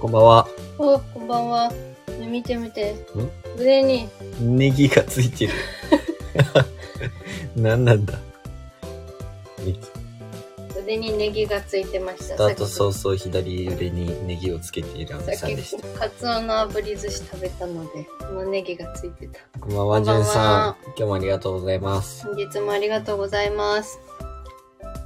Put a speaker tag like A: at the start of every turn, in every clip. A: こんばんは。
B: お、こんばんは。ね見て見て
A: ん。
B: 腕に、
A: ネギがついてる。 何なんだ。ネギ
B: 腕にネギがついてました。
A: あと
B: さっ
A: 早々左腕にネギをつけているアン
B: き
A: さんでし
B: さっき、カツオの炙り寿司食べたので、このネギがついてた。
A: た。こんばんは、
B: こん
A: じ
B: ばん
A: ゅ
B: は
A: んさん。今日もありがとうございます。
B: 本日もありがとうございます。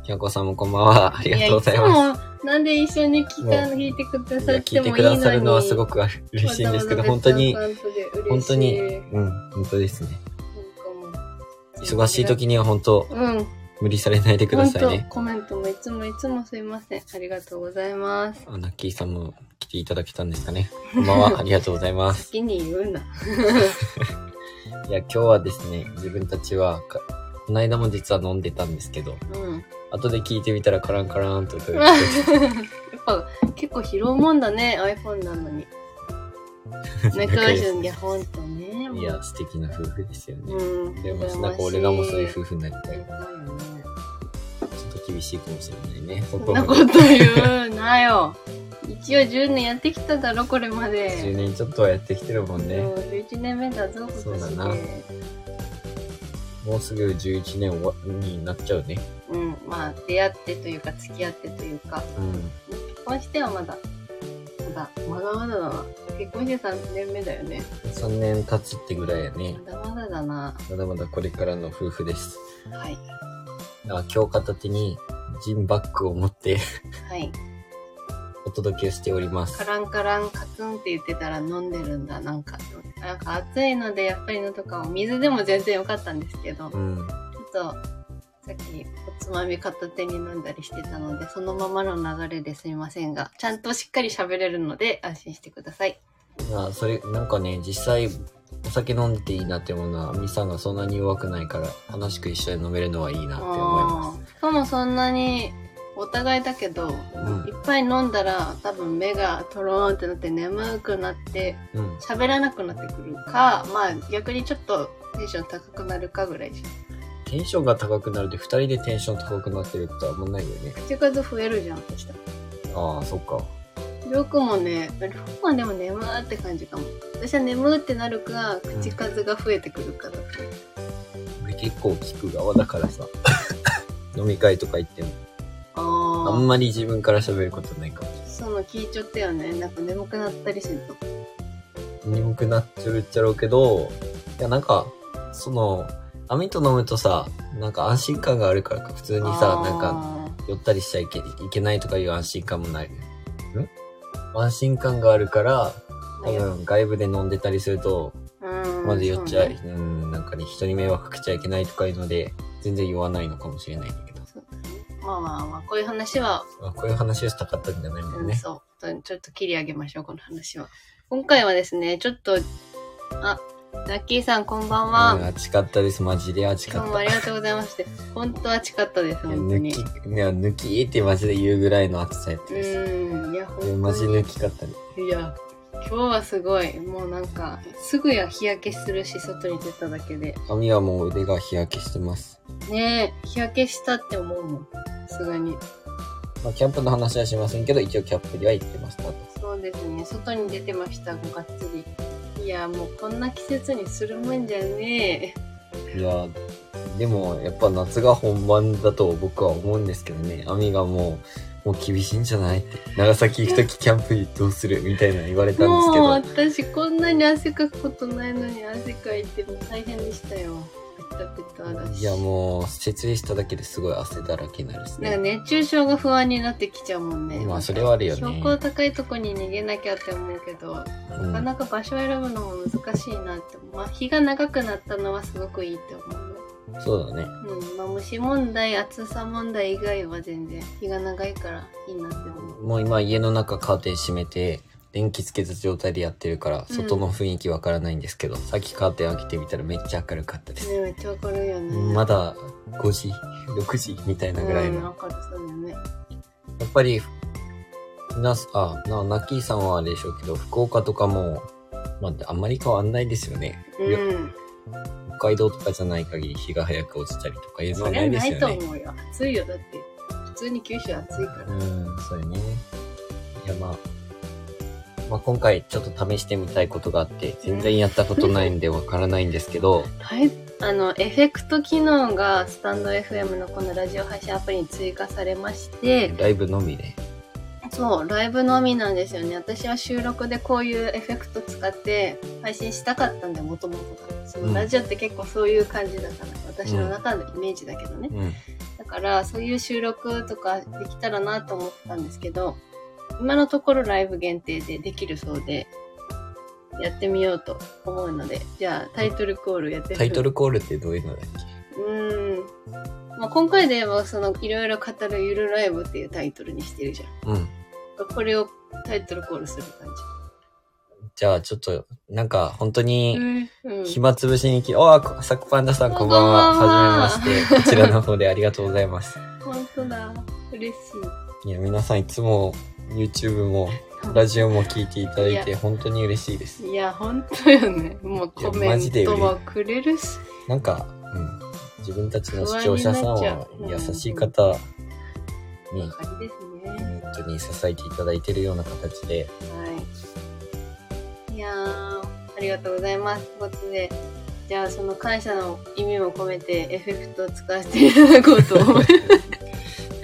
A: きゃこさんもこんばんは。ありがとうござい
B: や
A: ま
B: いつも、なんで一緒に聞か
A: もう
B: 聞いてくだ
A: す。
B: さっ
A: 聞
B: て
A: いて
B: も
A: く
B: いいの
A: だ
B: に。
A: さるのはすごくあ嬉しいんですけど、本当に、
B: わざわざ別のアカウントで嬉
A: 本
B: しい
A: 当に、うん、本当ですね。
B: なんかもう
A: 忙しい時には本当、
B: うん。
A: 無理されないでください
B: 本
A: ね。
B: 当コメントもいつもいつもすいません。ありがとうございます。
A: あナッキーさんも来ていただけたんですかね。こんばんは、ありがとうございます。
B: 好きに言うな。
A: いや、今日はですね、自分たちはか、この間も実は飲んでたんですけど、
B: うん。
A: 後で聞いてみたらカランカランと音
B: や
A: が
B: っ
A: 聞こ
B: ぱ結構拾うもんだね、iPhone な のに。
A: えて
B: 仲良し
A: 仲
B: の
A: 良
B: や、ほんとね。
A: いや、素敵な夫婦ですよね。
B: うん。
A: でも、
B: 羨
A: な
B: ま
A: ん
B: し
A: か俺らもそういう夫婦になりたい。
B: だよね
A: ちょっと厳しいかもしれないね。
B: そんなこと言うなよ。一応10年やってきただろ、これま
A: 10
B: で。
A: 年ちょっとはやってきてるもんね
B: も。う11年目だぞ、今年で。
A: そうだなもうすぐ11年終わになっちゃうね。
B: うん、まあ、出会ってというか、付き合ってというか、
A: うん。
B: 結婚してはまだ、まだ、まだまだだな。結婚して3年目だよね。
A: 3年経つってぐらいやね。
B: まだまだだな。
A: まだまだこれからの夫婦です。
B: はい。
A: あ今日片手にジンバッグを持って
B: はい。
A: お届けしております
B: カ。ランカランカツンって言ってたら飲んでるんだ。なんか、なんか暑いので、やっぱりのとか、お水でも全然良かったんですけど、ち
A: う
B: ょっ
A: ん。
B: と、さっきおつまみ片手に飲んだりしてたので、そのままの流れですみませんが、ちゃんとしっかり喋れるので安心してください。
A: あそれなんかね実際お酒飲んでていいなって思うのはみさんがそんなに弱くないから楽しく一緒に飲めるのはいいなって思います
B: しかもそんなに、お互いだけど、
A: ん
B: いっぱい飲んだら多分目がトローンってなって眠くなって
A: うん
B: 喋らなくなってくるか、まあ逆にちょっとテンション高くなるかぐらいじゃん
A: テンションが高くなるで2人でテンション高くなってることはあんまないよね
B: 口数増えるじゃん、そしたら。
A: ああそっか
B: りょうくんもね、りょうくんはでも眠ーって感じかも。私は眠ーってなるか、口数が増えてくるかだから。
A: 俺結構聞く側だからさ 飲み会とか行ってもあん
B: あ
A: まり自分から喋ることないかも
B: あ、その聞いちゃったよね。なんか眠くなったりすると。
A: 眠くなっちゃうっちゃろうけどいやなんかその網と飲むとさなんか安心感があるからか普通にさなんか
B: か、
A: 寄ったりしちゃいけいけないとかいう安心感もない。ん安心感があるから、多分外部で飲んでたりすると、
B: うん
A: まず寄っちゃ
B: そ
A: う、
B: うね
A: うん、なんかね、人に迷惑かけちゃいけないとかいうので、全然言わないのかもしれないんだけど。
B: まあまあまあ、こういう話は
A: まあ、こういう話をしたかったんじゃないもん
B: うん、
A: ね。
B: そう。ちょっと切り上げましょう、この話は。今回はですね、ちょっと、あ、ラッキーさんこんばんは。
A: うん、暑かったです。マジで暑か
B: 今
A: っ
B: 日も
A: た。
B: あ
A: い
B: りがとうございまして。本当暑かったです、
A: や
B: 本当
A: 抜
B: に。
A: き、いや、抜きってマジで言うぐらいの暑さやったです。
B: うん、いや、
A: いや
B: 本
A: マ
B: 当
A: ジ
B: に
A: 抜。きかったね。
B: いや、今日はすごい。もうなんか、すぐや日焼けするし、外に出ただけで。
A: 髪はもう腕が日焼けしてます。
B: ねえ、日焼けしたって思うもん。さすがに。
A: まあ、キャンプの話はしませんけど、一応キャンプには行ってました。
B: そうですね、外に出てました、ごがっつり。いや、もうこんな季節にするもんじゃねえ。
A: いやでもやっぱ夏が本番だと僕は思うんですけどね亜美がもうもう厳しいんじゃない長崎行く時キャンプどうするみたいな言われたんですけ
B: もう
A: ど
B: 私こんなに汗かくことないのに汗かいても大変でしたよペタペタだし
A: いやもう設営しただけですごい汗だらけになるです
B: なんか
A: ね
B: 熱中症が不安になってきちゃうもんね
A: まあそれはあるよね
B: 標高高いとこに逃げなきゃって思うけど、
A: うん
B: なかなか場所を選ぶのも難しいなってまあ日が長くなったのはすごくいいって思う
A: そうだね
B: うんまあ虫問題暑さ問題以外は全然日が長いからいいなって思う
A: もう今家の中カーテン閉めて電気つけた状態でやってるから
B: うん
A: 外の雰囲気わからないんですけど、さっきカーテン開けてみたらめっちゃ明るかったです、
B: ねめっちゃわかるよね
A: まだ5時6時みたいなぐらいの、
B: うんわかるそうだよね
A: やっぱり、な、あ、な、ナッキーさんはあれでしょうけど、福岡とかも、まあ、あんまり変わんないですよね。
B: うん
A: 北海道とかじゃない限り日が早く落ちたりとかいうの
B: そ
A: は
B: り
A: な
B: ゃ
A: いで
B: な
A: す
B: い
A: よ
B: と
A: ね。
B: 思うよ。暑いよ。だって、普通に九州暑いから。
A: うん、そうよね。いや、まあ、まあ、今回ちょっと試してみたいことがあって、全然やったことないんでわからないんですけど、
B: はい、あのエフェクト機能がスタンド FM のこのラジオ配信アプリに追加されまして
A: ライブのみで。
B: そうライブのみなんですよね私は収録でこういうエフェクト使って配信したかったんでもともとがそ
A: うん
B: のラジオって結構そういう感じだから、私の中のイメージだけどね、
A: うん。
B: だからそういう収録とかできたらなと思ってたんですけど今のところライブ限定でできるそうでやってみようと思うのでじゃあタイトルコールやってみ
A: タイトルコールってどういうのだっ
B: うん、まあ、今回で言えばそのいろいろ語るゆるライブっていうタイトルにしてるじ
A: けうん。
B: ゃんこれをタイトルコールする感
A: じゃあちょっと、なんか本当
B: じ、
A: に、
B: うん
A: 暇つぶしにき、ああ、サクパンダさんこんばんは。
B: こんばんは
A: はじめまして。こちらの方でありがとうございます。
B: 本当だ嬉し
A: いや、皆さんいつも YouTube も
B: い
A: ラジオも聞いていただい
B: い
A: て本当に嬉しいです。
B: いや本当よねもうコメ
A: マ
B: ン
A: ジで
B: ト
A: 嬉しい
B: もくれるし
A: なんか、うん、自分たちの視聴者さん
B: 不安にな
A: は
B: っちゃ
A: 優
B: う
A: しい方に、
B: わかりですね
A: 本当に支えていただいてるような形で、
B: はい。いやー、ありがとうございます。ということで、じゃあその感謝の意味も込めてエフェクトを使わせていただこうと思います。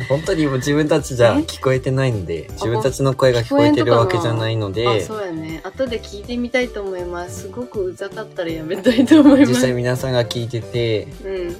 A: 本当にもう自分たちじゃ
B: え
A: 聞こえてないんで、自分たちの声が聞こえてるわけじゃないの
B: あ、
A: で、
B: そうやね。後で聞いてみたいと思います。すごくうざかったらやめたいと思いま
A: 実
B: す。
A: 際皆さんが聞いてて、
B: うん。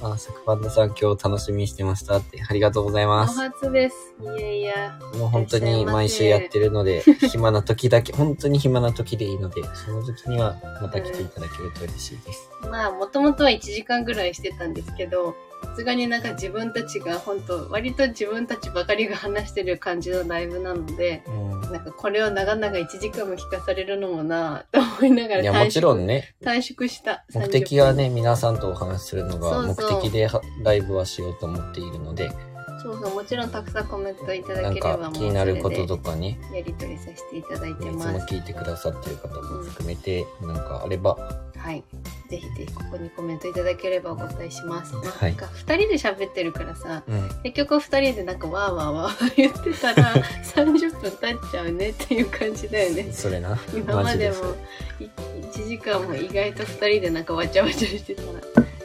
A: あ、サクパンダさん今日楽しみにしてましたって、ありがとうござい
B: お
A: ます。
B: 初です。いやいや。
A: もう本当に毎週やってるの で、暇な時だけ、本当に暇な時でいいので、その時にはまた来ていただけると嬉しいです。
B: まあ、もともとは1時間ぐらいしてたんですけど、さすがになんか自分たちが本当割と自分たちばかりが話してる感じのライブなので、
A: う
B: なんかこれを長々1時間も聞かされるのもなぁと思いながら
A: ん、いや、もちろんね、
B: 短縮した
A: 目的は
B: 30
A: ね、皆さんとお話しするのが
B: そ
A: 目
B: うそう
A: 的ではライブはしようと思っているので、
B: 分そうそうもちろんたくさんコメントいた
A: な
B: だ
A: ん
B: ければ
A: か
B: もう
A: 気になること
B: そ
A: とかね、
B: れでやり取りさせていただい
A: い
B: て
A: つも
B: ます
A: 聞いてくださってる方も含めて、なんかあれば、
B: はいぜひぜひここにコメントいただければお答えします、
A: はい
B: なんか2人で喋ってるからさ
A: うん、
B: 結局2人でなんかわーわーわーわー言ってたら 30分経っちゃうねっていう感じだよね
A: それな、
B: 今までも
A: それ
B: い1時間も意外と2人でなんかわちゃわちゃしてたら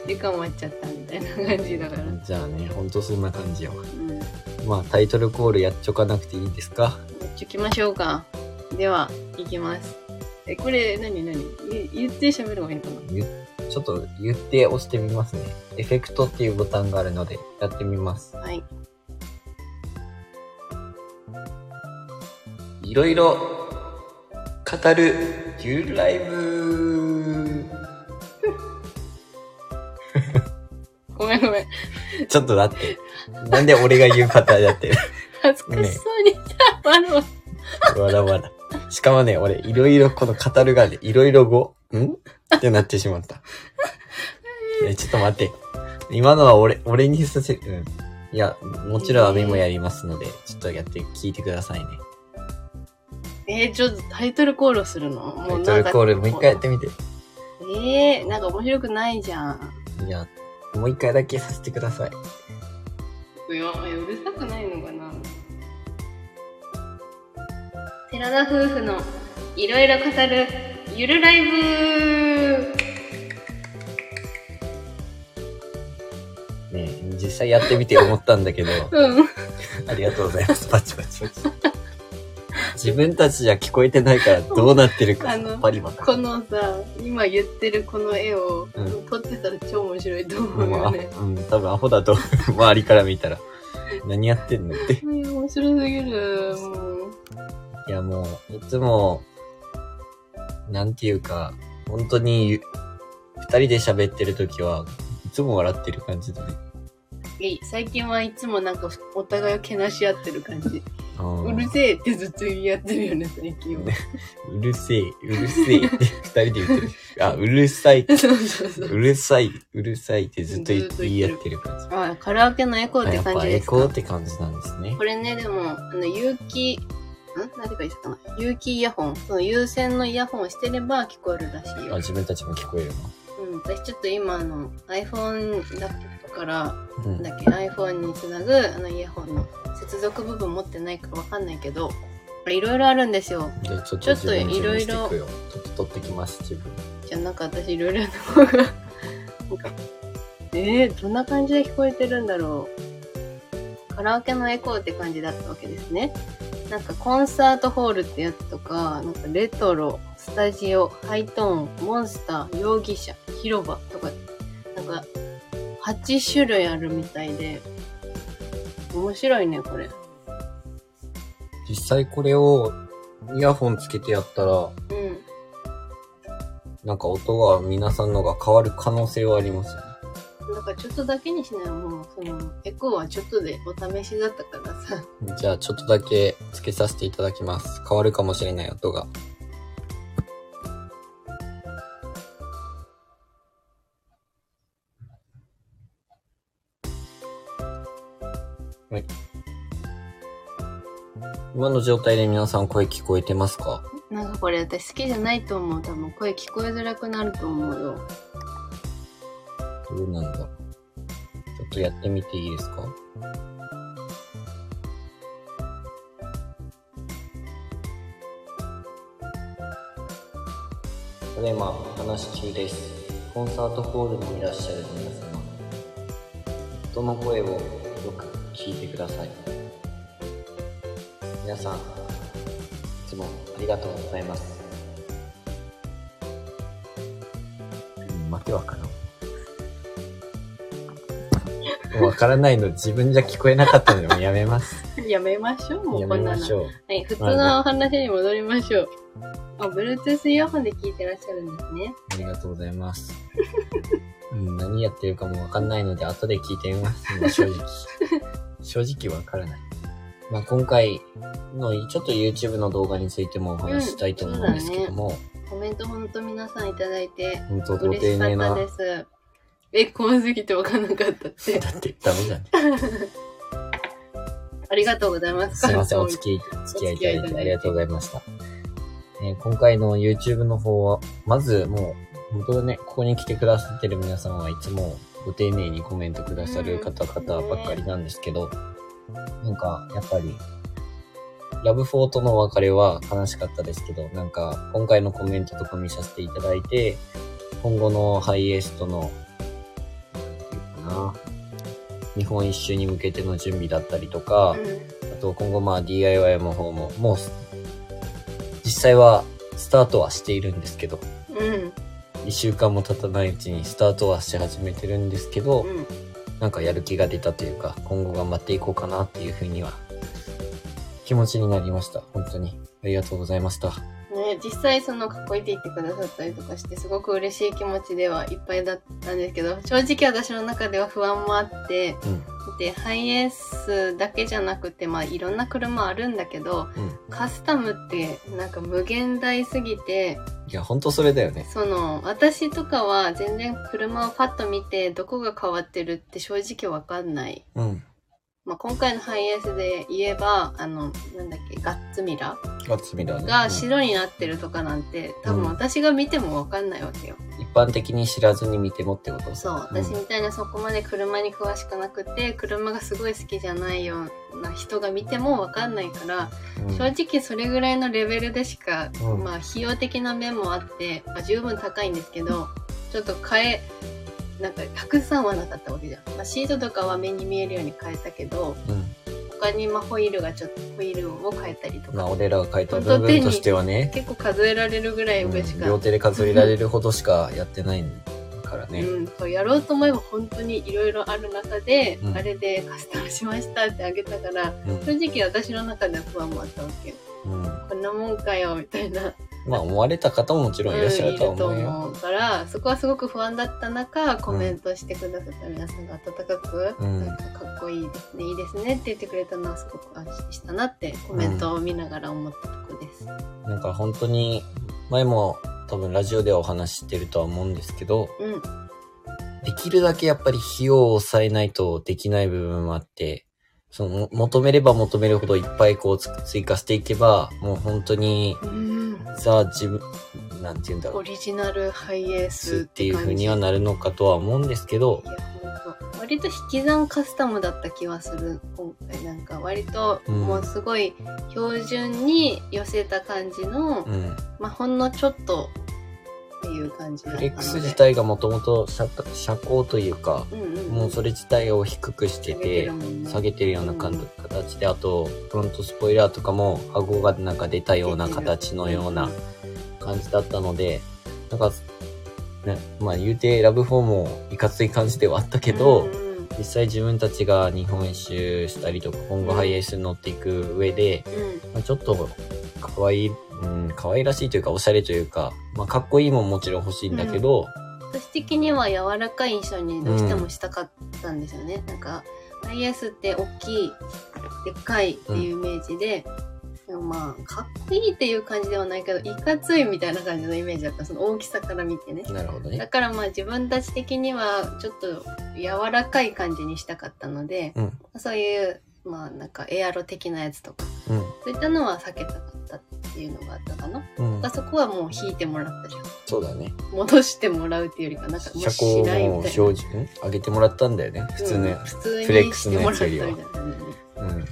B: 時間終わっちゃったみたいな感じだから、うん
A: じゃあね、ほんとそんな感じよ。まあ、タイトルコールやっちょかなくていいですか
B: やっちゃきましょうかでは行きますえこれ何何言言って喋る方がいいのかな
A: ちょっと言って押してみますね。エフェクトっていうボタンがあるので、やってみます。
B: はい
A: いろいろ語るゆるライブ
B: ごめんごめん
A: ちょっとだって、なんで俺が言う方だって、
B: 恥ずかしそうにしたわろ
A: わらわら。しかもね、俺、いろいろこの語るがね、いろいろ語、んってなってしまった。え、ちょっと待って。今のは俺、俺にさせ、うん。いや、もちろんアメもやりますので、ちょっとやって聞いてくださいね。
B: えー、ちょっとタイトルコールをするの
A: タイ
B: もうな
A: ト
B: ん
A: ル
B: か
A: コールもう一回やってみて。
B: えー、なんか面白くないじゃん
A: いや、もう一回だけさせてください。
B: いや、うるさくないのかな。寺田夫婦のいろいろ語るゆるライブ。
A: ね実際やってみて思ったんだ けど、
B: うん。
A: ありがとうございます。パチパチパチ。自分たちじゃ聞こえてないからどうなってるか
B: あの、
A: パリバカ。
B: このさ、今言ってるこの絵を、
A: うん
B: 撮ってたら超面白いと思う
A: もう
B: よ
A: あ
B: ね。
A: うん、多分アホだと思 う、周りから見たら。何やってんのって。
B: うん面白すぎる。もう。
A: いや、もう、いつも、なんていうか、本当に、二人で喋ってる時は、いつも笑ってる感じだね。
B: え最近はいつもなんかお互いをけなし合ってる感じ。
A: うん
B: うるせえってずっと言い合ってるよね、最近は。
A: うるせえ、うるせえって二人で言ってる。あ、うるさい、
B: そうそうそうう。
A: るさい、うるさいってずっと言
B: ずっと
A: 言い
B: 言ってる
A: 合ってる感じ。
B: あ、カラオケのエコーっ
A: あ
B: て
A: やっ
B: 感
A: ぱ
B: じ
A: エ
B: ですか
A: コーって感じなんですね
B: こ。れね、でも、あの、有機、ん何て言ったかな有機イヤホン。その有線のイヤホンをしてれば聞こえるらしい
A: あ、
B: よ。
A: 自分たちも聞こえる
B: うん。私ちょっと今、あの、iPhone だったから、
A: の。うん
B: なん。だっけ、iPhone につなぐ、あの、イヤホンの接続部分持ってないからわかんないけど、いろいろあるんですよ。
A: じゃあちょっ
B: ち
A: と
B: ょっと
A: 自分自分して
B: い
A: い
B: ろ
A: くよ。ちょっと取ってきます、自分。
B: じゃあなんか私いろいろな方が、なんか、えー、どんな感じで聞こえてるんだろう。カラオケのエコーって感じだったわけですね。なんかコンサートホールってやつとか、なんかレトロ、スタジオ、ハイトーン、モンスター、容疑者、広場とか、なんか8種類あるみたいで、面白いね、これ。
A: 実際これをイヤホンつけてやったら、
B: うん。
A: なんか音が皆さんのが変わる可能性はありますよね。
B: なんかちょっとだけにしないもう、その、エコーはちょっとでお試しだったからさ。
A: じゃあちょっとだけつけさせていただきます。変わるかもしれない音が。はい。今の状態で皆さん声聞こえてますか
B: なんかこれ私好きじゃないと思う。多分声聞こえづらくなると思うよ。
A: どうなんだろうちょっとやってみていいですかただいま話し中です。コンサートホールにいらっしゃる皆様、人の声をよく聞いてください。皆さん、いつもありがとうございます。負けわからん。わからないの自分じゃ聞こえなかったのでもうやめます。
B: やめましょ う、も
A: や
B: うこ
A: め
B: んな
A: ま
B: の。
A: しょう。
B: はい、普通のお話に戻りましょう。あ、Bluetooth イヤホンで聞いてらっしゃるんですね。
A: ありがとうござい ます。うん、何やってるかもわかんないので、後で聞いてみます。今正 直。正直わからない。まあ、今回の、ちょっと YouTube の動画についてもお話ししたいと思うんですけども、
B: コメントほんと皆さんいただいて、
A: 本当ご
B: 嬉
A: 丁
B: しか
A: 寧
B: った
A: な。
B: です。え、怖すぎてわかんなかったって。
A: だってダメだね。
B: ありがとうございます。
A: すいません、お
B: 感
A: 付
B: 想
A: きお付き合いいただいてありがとうございました。えー今回の YouTube の方は、まずもう、本当ね、ここに来てくださってる皆さんはいつもご丁寧にコメントくださる方々ばっかりなんですけど、なんか、やっぱり、ラブフォーとのお別れは悲しかったですけど、なんか、今回のコメントとか見させていただいて、今後のハイエースとの、なんていうかな、日本一周に向けての準備だったりとか、あと今後まあ DIY の方も、もう、実際はスタートはしているんですけど、
B: うん。うん。
A: 1週間も経たないうちにスタートはし始めてるんですけど、
B: うん。
A: なんかやる気が出たというか、今後頑張っていこうかなっていうふうには、気持ちになりました。本当に。ありがとうございました。
B: ね、実際そのかっこいいって言ってくださったりとかしてすごく嬉しい気持ちではいっぱいだったんですけど正直私の中では不安もあって
A: うん。
B: でハイエースだけじゃなくてまあいろんな車あるんだけど
A: うん。
B: カスタムってなんか無限大すぎて
A: いや、本当それだよね。
B: その私とかは全然車をパッと見てどこが変わってるって正直わかんない、
A: うん。
B: まあ、今回のハイエースで言えばあのなんだっけガッツミラ
A: ガッツミだね。う
B: が
A: ん
B: 白になってるとかなんて多
A: う
B: 分
A: ん
B: 私が見てもわかんないわけよ
A: 一般的に知らずに見てもってこと
B: そう私みたいなそこまで車に詳しくなくて車がすごい好きじゃないような人が見ても分かんないから、
A: うん
B: 正直それぐらいのレベルでしか、
A: うん
B: まあ費用的な面もあって、まあ、十分高いんですけどちょっと変えなんかたくさんはなかったわけじゃん、まあ、シートとかは目に見えるように変えたけど
A: うん。
B: 他にまあホイールがちょっとホイールを変えたりと
A: まあ、
B: か
A: 俺らが書いた部分としてはね、
B: 結構数えられるぐらい上し
A: うん
B: か、
A: 両手で数えられるほどしかやってないからね。
B: うん、そうやろうと思えば本当にいろいろある中で、
A: うん
B: あれでカスタムしましたってあげたから
A: うん
B: 正直私の中では不安もあったわけよ
A: うん
B: こんなもんかよみたいな
A: まあ思われた方ももちろんいらっしゃるとは思うよ。
B: うんいると思うからそこはすごく不安だった中コメントしてくださった皆さんが温かく、
A: うん
B: なんかかっこいいですねいいですねって言ってくれたのはすごく安心したなってコメントを見ながら思ったとこです。
A: なんか本当に前も多分ラジオではお話ししてるとは思うんですけど、
B: うん、
A: できるだけやっぱり費用を抑えないとできない部分もあって、その求めれば求めるほどいっぱいこうつ追加していけば、もう本当に
B: うん
A: ザ自分、なんて言うんだろ
B: オ
A: う。
B: リジナルハイエー
A: っ
B: スってて
A: いう
B: 感じ
A: 風にはなるのかとは思うんですけど
B: い、やほんと割と引き算カスタムだった気はする今回なんか割と
A: うん
B: もうすごい標準に寄せた感じの、
A: うん。
B: まあほんのちょっとっていう感じだったので
A: X 自体がもともと車車高というか、
B: うんうんうん
A: もうそれ自体を低くして
B: 下げ
A: て
B: る、もんね
A: 下げてるような感じ形で、あと、フロントスポイラーとかも、顎がなんか出たような形のような感じだったので、なんか、ね、まあ言うてラブフォームもいかつい感じではあったけど、
B: うんうん
A: 実際自分たちが日本一周したりとか今後ハイエースに乗っていく上で、
B: うん
A: まあ、ちょっと可愛い、うん、可愛らしいというかおしゃれというか、まあ、かっこいいももちろん欲しいんだけど、
B: 私的には柔らかい印象にどうしてもしたかったんですよね、なんか IS って大きいでっかいっていうイメージで、でもまあかっこいいっていう感じではないけどいかついみたいな感じのイメージだったその大きさから見てね
A: なるほど
B: だ
A: ね。
B: からまあ自分たち的にはちょっと柔らかい感じにしたかったので
A: うん、
B: そういうまあなんかエアロ的なやつとかそういったのは避けたかったっていうのがあったかな、
A: うん、うん
B: だ、からそこはもう引いてもらったじゃん
A: そうだね。
B: 戻してもらうっていうよりかなんかもう
A: 車
B: し
A: 高
B: ない
A: も
B: みたいな
A: 標準上げてもらったんだよね、普通の
B: うん
A: や
B: 普通
A: フレッ
B: に
A: ク
B: し
A: ス
B: て
A: のや
B: もらっ
A: つ
B: た
A: よ
B: み
A: り
B: た
A: はい
B: な感じね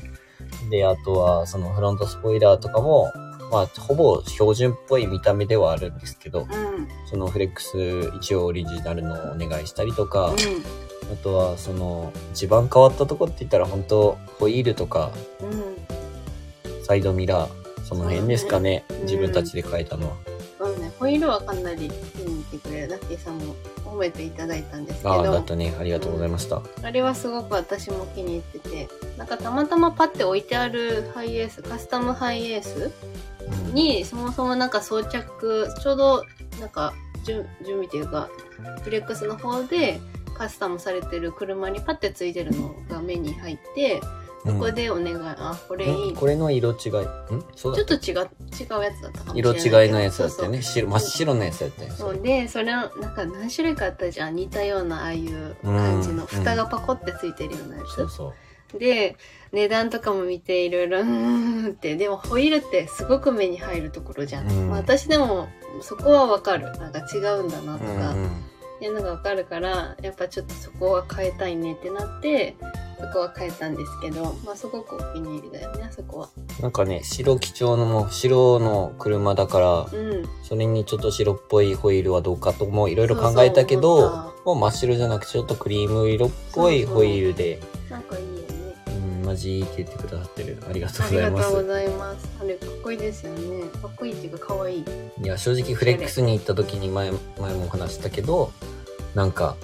A: うん。で、あとは、そのフロントスポイラーとかも、まあ、ほぼ標準っぽい見た目ではあるんですけど、
B: うんうん
A: そのフレックス一応オリジナルのお願いしたりとか、あとはその地盤変わったとこって言ったら本当ホイールとか
B: うん
A: サイドミラーその辺ですかね、
B: ん
A: 自分たちで書いたのは、
B: そうねホイールはかなり気に入ってくれるラッキーさんも褒めていただいたんですけ
A: ああだっ
B: ど
A: たねありがとうございました、
B: あれはすごく私も気に入っててなんかたまたまパッて置いてあるハイエースカスタムハイエース
A: うん
B: にそもそもなんか装着ちょうどなんか準準備というかフレックスの方でカスタムされてる車にパッてついてるのが目に入って、
A: うん
B: ここでお願いあこれいい
A: んこれの色違いんそう
B: ち
A: だ
B: ょっと違う違うやつだったかもしれ
A: 色
B: ないけど
A: 違いのやつだったよね
B: そう
A: 白真っ白のやつだったよね
B: そうそうでそれをなんか何種類かあったじゃん似たようなああいう感じ
A: う
B: の
A: ん
B: 蓋がパコってついてるようなや
A: そう
B: つ、
A: そう
B: で値段とかも見ていろいろうーんってでもホイールってすごく目に入るところじゃん、
A: うん
B: まあ、私でもそこはわかるなんか違うんだなと
A: う
B: か、
A: んうん
B: っていうのがわかるからやっぱちょっとそこは変えたいねってなってそこは変えたんですけど、まあ、すごくお気に入りだよねそこは。
A: なんかね白基調のも白の車だから
B: うん
A: それにちょっと白っぽいホイールはどうかともいろいろ考えたけど
B: そうそう思っ
A: もう真っ白じゃなくてちょっとクリーム色っぽいホイールで
B: なんかいいよね。
A: うん、マジいいって言ってくださってる。ありがとう
B: あ
A: ご
B: り
A: ざい
B: が
A: ま
B: とうご
A: す。
B: ざいます。あれかっこいいですよね。かっこいいっていうかかわいい。
A: いや、正直フレックスに行った時に前、前もお話ししたけど、なんか、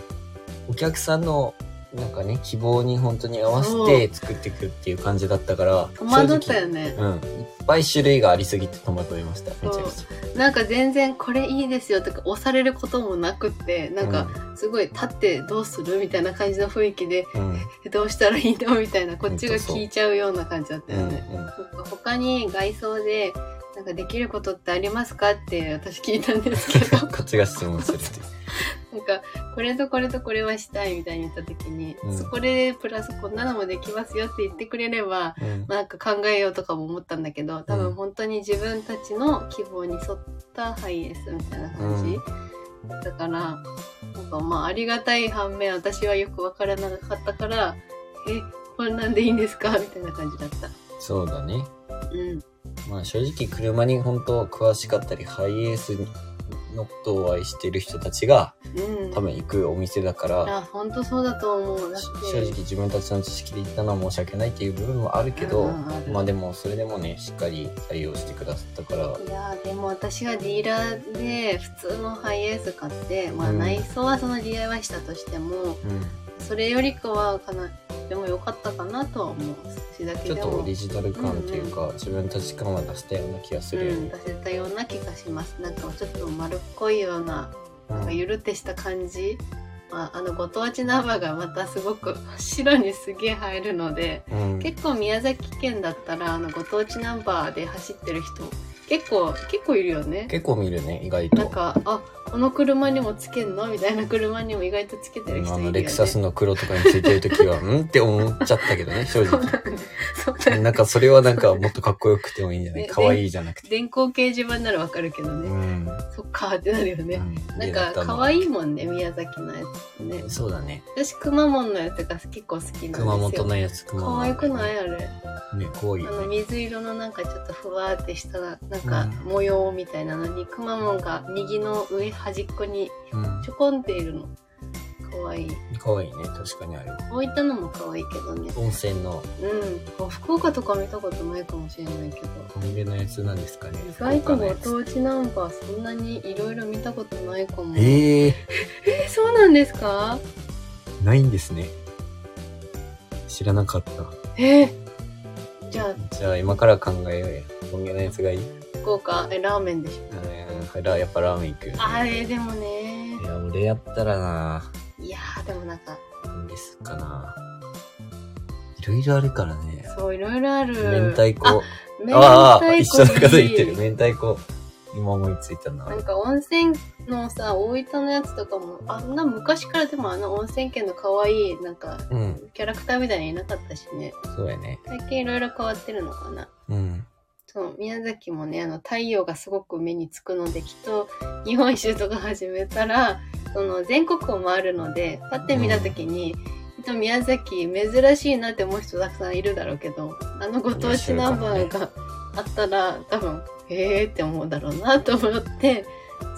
A: お客さんの、なんかね、希望に本当に合わせて作っていくっていう感じだったから、
B: 戸惑ったよ
A: ね。
B: ね。
A: うん。いっぱい種類がありすぎて戸惑いました。めちゃくち
B: なんか全然これいいですよとか押されることもなくって
A: ゃ。
B: なんかすごい立ってどうするみたいな感じの雰囲気で
A: うん、うん。
B: どうしたらいいのみたいなこっちが聞いちゃうような感じだった
A: う
B: よ
A: ん。
B: ね。
A: う ん。
B: なんか他に外装でなんかできることってありますかって私聞いたんですけど なん
A: こっちが質問するっていう。
B: かこれとこれとこれはしたいみたいに言った時に、
A: うん
B: そこでプラスこんなのもできますよって言ってくれれば
A: うん。
B: なんか考えようとかも思ったんだけど多分本当に自分たちの希望に沿ったハイエースみたいな感じ、だからなんかまあありがたい反面私はよくわからなかったからえこんなんでいいんですかみたいな感じだった。
A: そうだね。
B: うん
A: まあ正直車に本当詳しかったり、ハイエースのことを愛してる人たちが、
B: うん、
A: 多分行くお店だから、
B: いや本当そうだと思うだっ
A: して正直自分たちの知識で言ったのは申し訳ないっていう部分もあるけど、
B: うんうんる
A: まあでもそれでもねしっかり採用してくださったから
B: いやーでも私がディーラーで普通のハイエース買って、まあ、
A: うん
B: 内装はその DIY したとしても、
A: うん
B: それよりかはかなでも良かったかなとは思う少しだけ
A: ちょっ
B: で
A: とオ
B: も
A: リジナル感っていうか、自分たち感は出したような気がするよ
B: うん、
A: ね、
B: 出せたような気がしますなんかちょっと丸っこいようななんかゆるってした感じ、まあ、あのご当地ナンバーがまたすごく白にすげえ入るので
A: うん
B: 結構宮崎県だったらあのご当地ナンバーで走ってる人結構結構いるよね
A: 結構見るね意外
B: な
A: と
B: んかあこの車にもつけんのみたいな車にも意外とつけてる
A: あ
B: 人いるよ
A: の
B: ね。
A: レクサスの黒とかについてる時 は、うんって思っちゃったけどね、正
B: そ
A: 直。
B: う だね。そうだね。
A: なんかそれはなんかもっとかっこよくてもいいんじゃない
B: ね
A: 可愛いじゃなくて。
B: 電光掲示板ならわかるけど
A: う
B: ね。
A: ん。
B: そっかーってなるよね。
A: う
B: なん
A: で
B: か
A: あとあの
B: 可愛いもんね、宮崎のやつってね。
A: そうだね。
B: 私、くまモンのやつが結構好きなんですよ。
A: 熊本のやつ、熊本。
B: 可愛くない
A: ね、
B: あれ。
A: 可愛い
B: あ
A: よ
B: の
A: ね。
B: 水色のなんかちょっとふわーってしたなんか
A: うん
B: 模様みたいなのに、くまモンが右の上端っこに
A: うん
B: ちょこんっているの。可愛い。
A: 可愛いね、確かにあれは。
B: 大分のも可愛いけどね。
A: 温泉の
B: うん。あ福岡とか見たことないかもしれないけど。
A: 海辺のやつなんですかね。
B: 意外と
A: 福岡の
B: ご
A: やつ
B: 当地ナンバーそんなにいろいろ見たことないかも。
A: ええ
B: えーそうなんですか
A: ー、ないんですね。知らなかった。
B: えー、じゃあ
A: じゃあ今から考えようや。海辺のやつがいい
B: 福岡えラーメンでしょ。
A: うんラやっぱラーメン行くよね。
B: あれでもね
A: いや、俺やったらな、
B: いやーでもなんか
A: 何ですかな。いろいろあるからね。
B: そういろいろある。
A: 明太子。あ
B: 明
A: あ
B: 太子
A: ー、
B: いい
A: 一緒のこと言ってる。明太子。今思いついたな。
B: なんか温泉のさ大分のやつとかもあんな昔からでもあの温泉県の可愛いなんか
A: うん、
B: キャラクターみたいにいなかったしね
A: そうやね。
B: 最近いろいろ変わってるのかな
A: うん。
B: そう宮崎もねあの太陽がすごく目につくのできっと日本一周とか始めたらその全国を回るのでパッて見た時に、きっと宮崎珍しいなって思う人たくさんいるだろうけどあのご当地ナンバーがあったら多分へえって思うだろうなと思って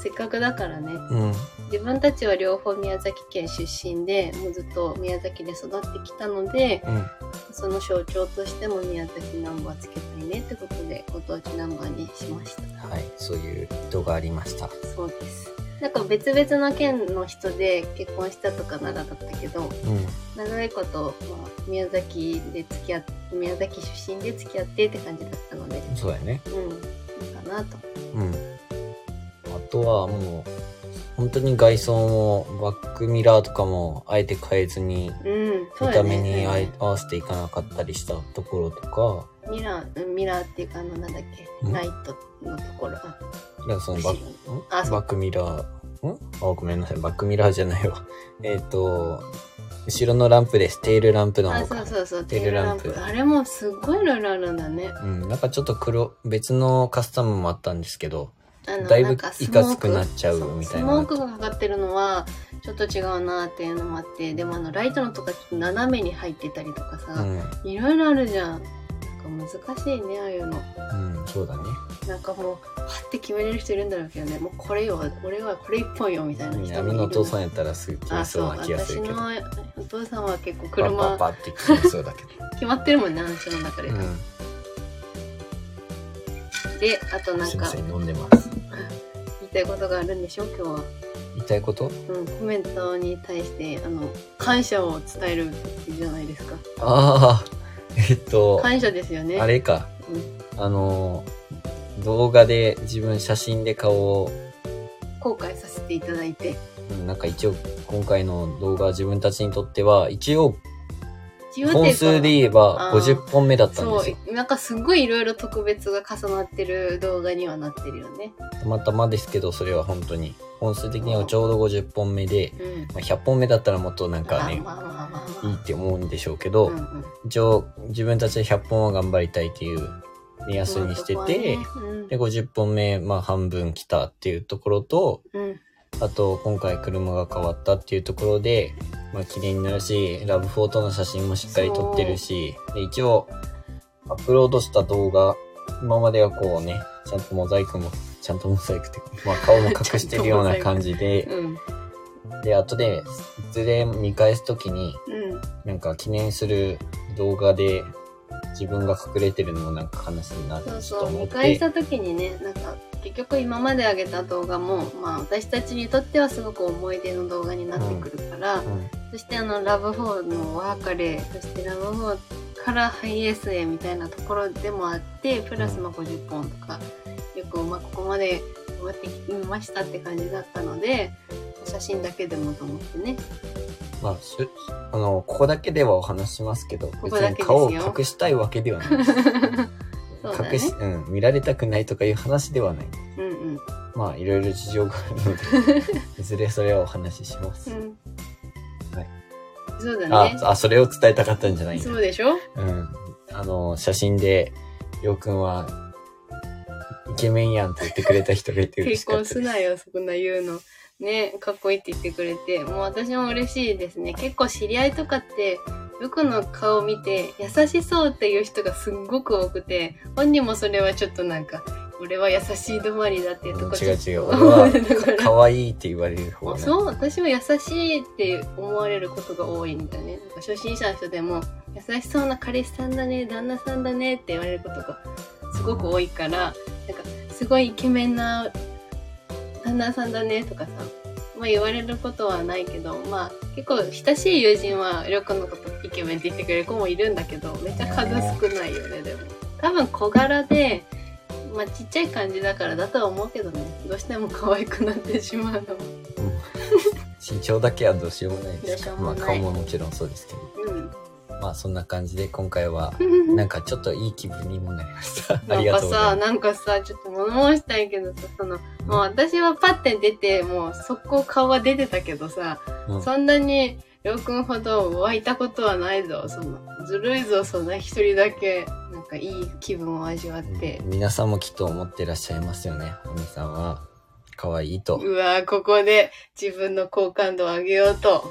B: せっかくだからね
A: うん。
B: 自分たちは両方宮崎県出身でもうずっと宮崎で育ってきたので、
A: うん。
B: その象徴としても宮崎ナンバーつけたいねってことでご当地ナンバーにしました。
A: はい。そういう人がありました。
B: そうです。なんか別々の県の人で結婚したとかならだったけど、
A: うん。
B: 長いこと、まあ、宮崎で付き合って、宮崎出身で付き合ってって感じだったので、
A: そうやね。
B: うん、いいかなと。
A: うん。あとはもう、本当に外装もバックミラーとかもあえて変えずに、
B: うん、そ
A: 見た
B: うだ
A: 目に
B: ね。
A: 合い合わせていかなかったりしたところとか、
B: ミラー、うんミラーっていうか、あの、なんだっけ、
A: ん
B: ライトのところ。あ
A: いやそのバックん
B: あそう
A: バックミラー、んあ、ごめんなさい、バックミラーじゃないわ。 えっ、と、後ろのランプです。テールランプの
B: あ、
A: 方か
B: そうそうそう、
A: テー
B: テー
A: ル
B: ル
A: ラ
B: ラ
A: ン
B: ン
A: プ
B: プ。あれもすっごいいろいろあるんだね。
A: うん、なんかちょっと黒、別のカスタムもあったんですけど、
B: あの
A: だいぶ
B: なんスモーク
A: いかつくなっちゃうみたいな
B: そうスモークがかかってるのはちょっと違うなっていうのもあってでもあのライトのとかちょっと斜めに入ってたりとか
A: う
B: さ、
A: ん、
B: いろいろあるじゃんなんか難しいねああいうの
A: うん、そうだね。
B: なんかもうパッて決めれる人いるんだろうけどねもうこれよ俺はこれ一本よみたいな人もいる
A: 闇のお父さんやったらすぐ決め
B: あ
A: そ
B: そうう
A: な気がす
B: 私
A: るけ
B: の
A: ど。パ
B: お父さんは結構
A: ッパ
B: 車
A: ッパって決めそうだけど。
B: 決まってるもんね話の中で、
A: うん
B: であとなん
A: すいま
B: か
A: せん、飲んでます。
B: 言いたいことがあるんでしょ今日は
A: 言いたいこと
B: うん、コメントに対してあの感謝を伝える時じゃないですか
A: ああ、 えっと、
B: 感謝ですよね
A: あれか、あの、動画で自分写真で顔を
B: 後悔させていただいて
A: うんなんか一応今回の動画自分たちにとっては一応
B: 一応
A: 本数で言えば
B: あー
A: 50本目だったん
B: そ
A: ですよ。
B: うなんかすごいいろいろ特別が重なってる動画にはなってるよね
A: たまたまですけどそれは本当に本数的にはちょうど50本目で、
B: うん
A: まあ、100本目だったらもっとなんかね
B: まあまあまあまあ
A: いいって思うんでしょうけ
B: まあ
A: ど、
B: うんうん
A: 一応自分たちで100本は頑張りたいっていう目安にして
B: まあ
A: て、
B: そこはね
A: で50本目まあ半分来たっていうところと
B: うんうん
A: あと今回車が変わったっていうところで、まあ、綺麗になるしラブフォートの写真もしっかり撮ってるしで一応アップロードした動画今まではこうねちゃんとモザイクもちゃんとモザイクって、まあ、顔も隠してるような感じで
B: うん
A: で後でいずれ見返す時に
B: うん
A: なんか記念する動画で自分が隠れてるのもなんか悲しいなって
B: そう
A: ちょっと
B: そう
A: 思っ
B: 見
A: て
B: 返した時にねなんか結局今まで上げた動画も、まあ、私たちにとってはすごく思い出の動画になってくるから、
A: うん
B: そしてあのラブフォーのワーカレーそしてラブフォーからハイエースへみたいなところでもあってプラスまあ50本とかよくまあここまで頑張ってきましたって感じだったので写真だけでもと思ってね
A: まあ、しゅあのここだけではお話ししますけど
B: こ
A: 別
B: だけ
A: に
B: です
A: 顔
B: よ
A: を隠したいわけではないです
B: そうだね
A: 隠し、うん、見られたくないとかいう話ではない。
B: うん うん。
A: まあ、いろいろ事情があるの で、いずれそれはお話しします。
B: うん
A: はい
B: そうだ
A: あ
B: ね。
A: あ、それを伝えたかったんじゃないんだ
B: そうでしょ
A: うん。あの、写真で、ようくんは、イケメンやんって言ってくれた人がい て嬉し
B: 結
A: かった
B: 婚
A: です。
B: すなよ、そんな言うの。ね、かっこいいって言ってくれて、もう私も嬉しいですね。結構知り合いとかって、僕の顔を見て、優しそうっていう人がすんごく多くて、本人もそれはちょっとなんか、俺は優しい止まりだっていうとこ
A: うん違う違う。
B: ちょっ
A: 俺
B: と思ってたか
A: は、
B: ら
A: 可愛いって言われる方
B: あ
A: がね
B: そう私は優しいって思われることが多いんだねなんか初心者の人でも優しそうな彼氏さんだね旦那さんだねって言われることがすごく多いからなんかすごいイケメンな旦那さんだねとかさ、まあ、言われることはないけどまあ結構親しい友人はりょうくんのことイケメンって言ってくれる子もいるんだけどめっちゃ数少ないよねでも多分小柄でまあちっちゃい感じだからだとは思うけどねどうしても可愛くなってしまうのも
A: 身長だけはどうしようもないですか
B: どうしよう
A: ま
B: も
A: あ、
B: ない
A: 顔ももちろんそうですけど。
B: うん
A: まあ、そんな感じで、今回は、なんかちょっといい気分に もなりました。あ
B: な
A: り
B: ん
A: が
B: か
A: とうござ
B: さ、
A: いま
B: なんかさ、ちょっと物申したいけどさ、その、もう私はパッて出て、もう速攻顔は出てたけどさ、
A: うん
B: そんなに、りょうくんほど湧いたことはないぞ、その、ずるいぞ、そんな一人だけ、なんかいい気分を味わっ
A: す。
B: て。
A: 皆さんもきっと思ってらっしゃいますよね。おみさんは、可愛いと。
B: うわぁ、ここで自分の好感度を上げようと。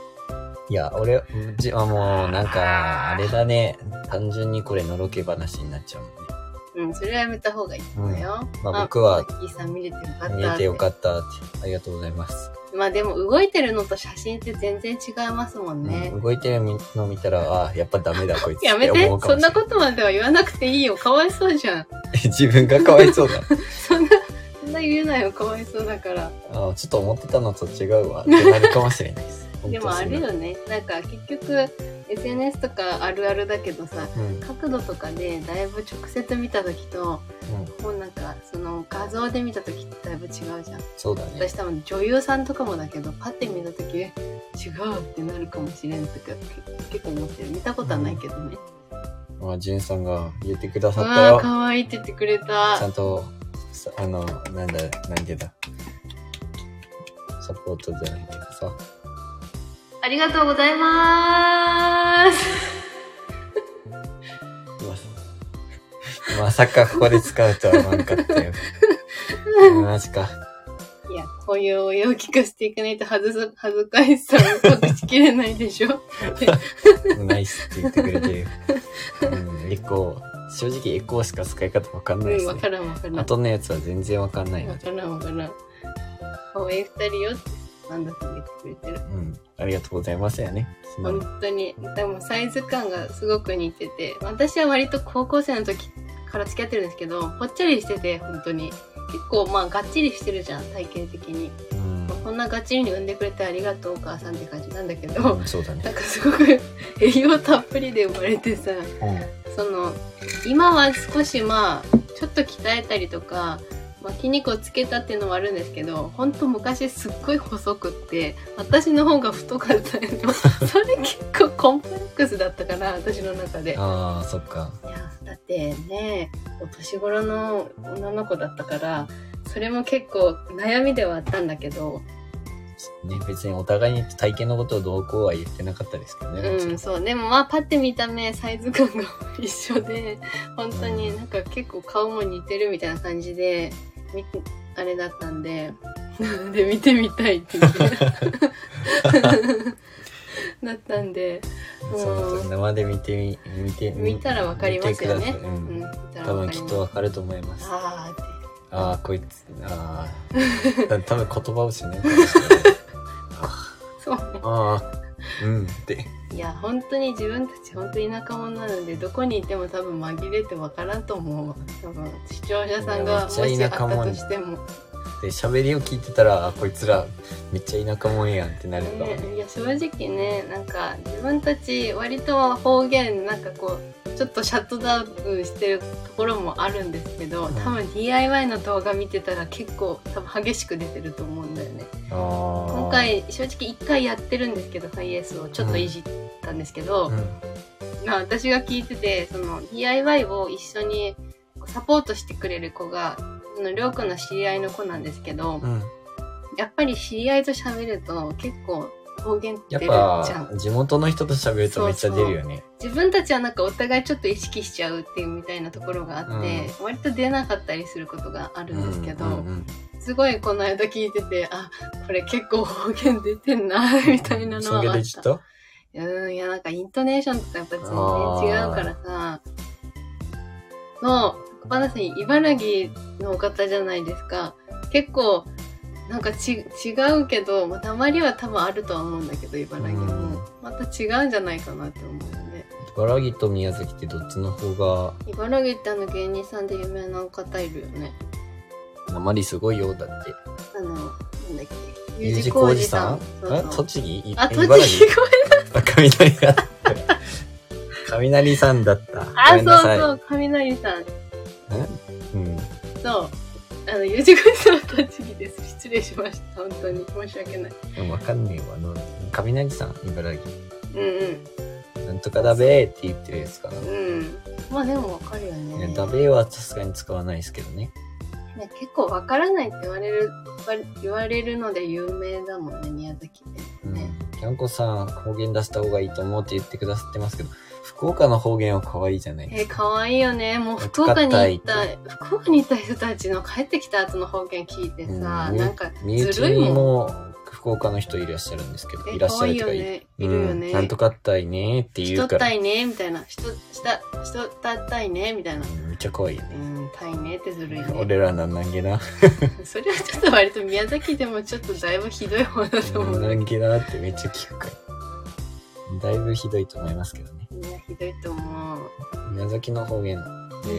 A: いや、俺、じあもう、なんか、あれだね。単純にこれ、のろけ話になっちゃうもんね。
B: うん、それはやめた方がいいと思うよ。
A: まあ、僕は、
B: いいさん見れてよかった。
A: 見えてよかったって。ありがとうございます。
B: まあでも動いてるのと写真って全然違いますもんね。
A: うん、動いてるの見たら、ああ、やっぱダメ だ、こいつ。
B: やめ
A: って思うか
B: そ
A: も
B: ん
A: しれ
B: なことまでは言わなくていいよかわいそうじゃん
A: い 自分がかわいそうだ。
B: そんなそんな言えないよかわいそうだから
A: ああ、ちょっと思ってたのと違うわ。ってなるかもしれないです。
B: でもある
A: 本
B: よねなんか結局 SNS とかあるあるだけど
A: 当
B: さ
A: そんな。うん。
B: 角度とかでだいぶ直接見た時と
A: うん。
B: もうなんかその画像で見た時ってだいぶ違うじゃん
A: そうだね。
B: 私多分女優さんとかもだけどパッて見た時違うってなるかもしれんとかけ結構思ってる見たことはないけどね、
A: まあ、ジュンさんが言ってくだ
B: う
A: さった
B: わー
A: よ。
B: かわいいって言ってくれ
A: ちゃ
B: た
A: んと、さあの、なんだ、なんてだ。サポートじゃないけどさ。
B: ありがとうございます
A: ままさかここで使うとは思わなかった よ。マジか。
B: いや、こういうお湯を聞かせていかないと恥ず恥ずかしさを隠しきれないでしょ
A: ナイスって言ってくれてる。うん、エコー。正直エコーしか使い方わかん
B: う
A: ないで
B: ん、
A: す
B: わ
A: ね
B: か。らんわからん。わ
A: 後のやつは全然わかんないので。
B: からんわからん。可愛い二人よって、なんだか言ってくれてる。
A: うん。ありがとうございますよね。素直に
B: 本当に、でもサイズ感がすごく似てて、私は割と高校生の時から付き合ってるんですけど、ぽっちゃりしてて、本当に。結構、まあ、がっちりしてるじゃん、体型的に。
A: うん
B: こんながっちりに産んでくれてありがとう、お母さんって感じなんだけど、
A: うん。そうだね
B: な。んかすごく栄養たっぷりで生まれてさ、
A: う
B: その今は少しまあちょっと鍛えたりとか、まあ、筋肉をつけたっていうのもあるんですけどほんと昔すっごい細くって私の方が太かったけど それ結構コンプレックスだったから私の中で。い
A: ん。ああ、そっか。
B: やだってねお年頃の女の子だったからそれも結構悩みではあったんだけど
A: ね、別にお互いに体験のことをどうこうは言ってなかったですけどね。
B: うん、そう。でもまあ、パッて見た目、サイズ感が一緒で、本当になんか結構顔も似てるみたいな感じで、みあれだったんで、なので見てみたいって言ってだったんで、
A: そう
B: うん
A: 生で見てみ、見て、み
B: 見たらわかりますよ
A: 見て
B: ね。
A: くださいう
B: うん、見
A: ん。
B: たら
A: 多
B: わ
A: 分
B: か
A: き
B: りま
A: っ
B: す
A: とわかると思います。
B: あーって。
A: ああ、こいつ、ああ。 多分言葉をしないかもしれない。
B: そうね。
A: ああ、うんって。
B: いや、本当に自分たち本当に田舎者なので、どこにいても多分紛れてわからんと思うわ。多分、視聴者さんがもしあ
A: いやめっちゃ
B: っ
A: 田
B: た
A: 舎者
B: としても。
A: で、喋りを聞いてたら、あこいつら、めっちゃ田舎もんやんってなるかもね。
B: ねいや正直ねなんか自分たち割と方言なんかこうちょっとシャットダウンしてるところもあるんですけど
A: うん
B: 多分 DIY の動画見てたら結構多分激しく出てると思うんだよね
A: ああ。
B: 今、回正直1回やってるんですけどハイエースをちょっといじったんですけど、
A: うん。
B: まあ私が聞いててその DIY を一緒にサポートしてくれる子が、そのりょうくんの知り合いの子なんですけど、
A: うん。
B: やっぱり知り合いと喋ると結構方言って
A: やっ
B: 出るじゃ
A: ぱ
B: ん。、
A: 地元の人と喋るとめっちゃ出るよね。
B: 自分たちはなんかお互いちょっと意識しちゃうっていうみたいなところがあって、割と出なかったりすることがあるんですけど、
A: うんうんうん
B: すごいこの間聞いてて、あ、これ結構方言出てんな、 みたいなの
A: 尊
B: は
A: 敬
B: あ
A: で
B: っ
A: き
B: た。
A: た
B: うん、いや、なんかイントネーションとかやっぱ全然違うからさ。そう、小花さん、茨城のお方じゃないですか。結構、なんかち違うけど、まあ、りは多分あるとは思うんだけど、茨城
A: うん
B: も。また違うんじゃないかなって思うよね。
A: 茨城と宮崎ってどっちの方が、
B: 茨城ってあの芸人さんで有名な方いるよね。
A: あまりすごいよ、だって。
B: あの、なんだっけ。
A: U 字
B: 工
A: 工
B: 事
A: 事さん
B: そう
A: え
B: そう
A: 栃木い
B: あ、
A: 茨
B: 栃木
A: 城 あ雷が。雷さんだった。ご
B: あ、
A: め
B: そ
A: ん
B: う
A: なさい
B: そう、雷さん。
A: うん。
B: そう。あの、ゆじこさんは栃木です。失礼しました。本当に。申し訳ない。
A: でもわかんねえわ。あの雷さん、茨
B: うん
A: 城。なんとかだべーって言ってるやつかな。
B: うん。うん。まあでもわかるよね。
A: ねだべーはさすがに使わないですけどね。
B: ね結構わからないって言われる、言われるので有名だもんね、宮崎
A: う
B: で。
A: ん
B: ね。。
A: キャンコさん、方言出した方がいいと思うって言ってくださってますけど、福岡の方言は可愛いじゃないで
B: えー、
A: すか。
B: かわいいよね。もう
A: よ
B: 福
A: かっ
B: 岡
A: た
B: に行った、福岡に行った人たちの帰ってきた後の方言聞いてさ、
A: うん
B: なんか
A: 身内
B: ずるい
A: に
B: もん。
A: も福岡の人いらっしゃるんですけど、
B: え
A: い
B: ー、
A: らっ
B: か
A: しゃ
B: わ
A: る
B: いい
A: と
B: よ
A: か言って。
B: ね。いるよ
A: う
B: ね。
A: ん、なんとかったいねーって言
B: 人
A: う
B: っ
A: から
B: た。いね、みたいな。人、した、人たったいね、みたいな。
A: うんめっちゃ可愛いよ
B: う
A: ね。
B: ん、たいねってずるいね。
A: 俺らなんなんげな。
B: それはちょっと割と宮崎でもちょっとだいぶひどい方だと思うんだ
A: な
B: けど
A: んけなってめっちゃ聞くから。だいぶひどいと思いますけどね。
B: みんなひどいと思う。
A: 宮崎の方言。
B: イン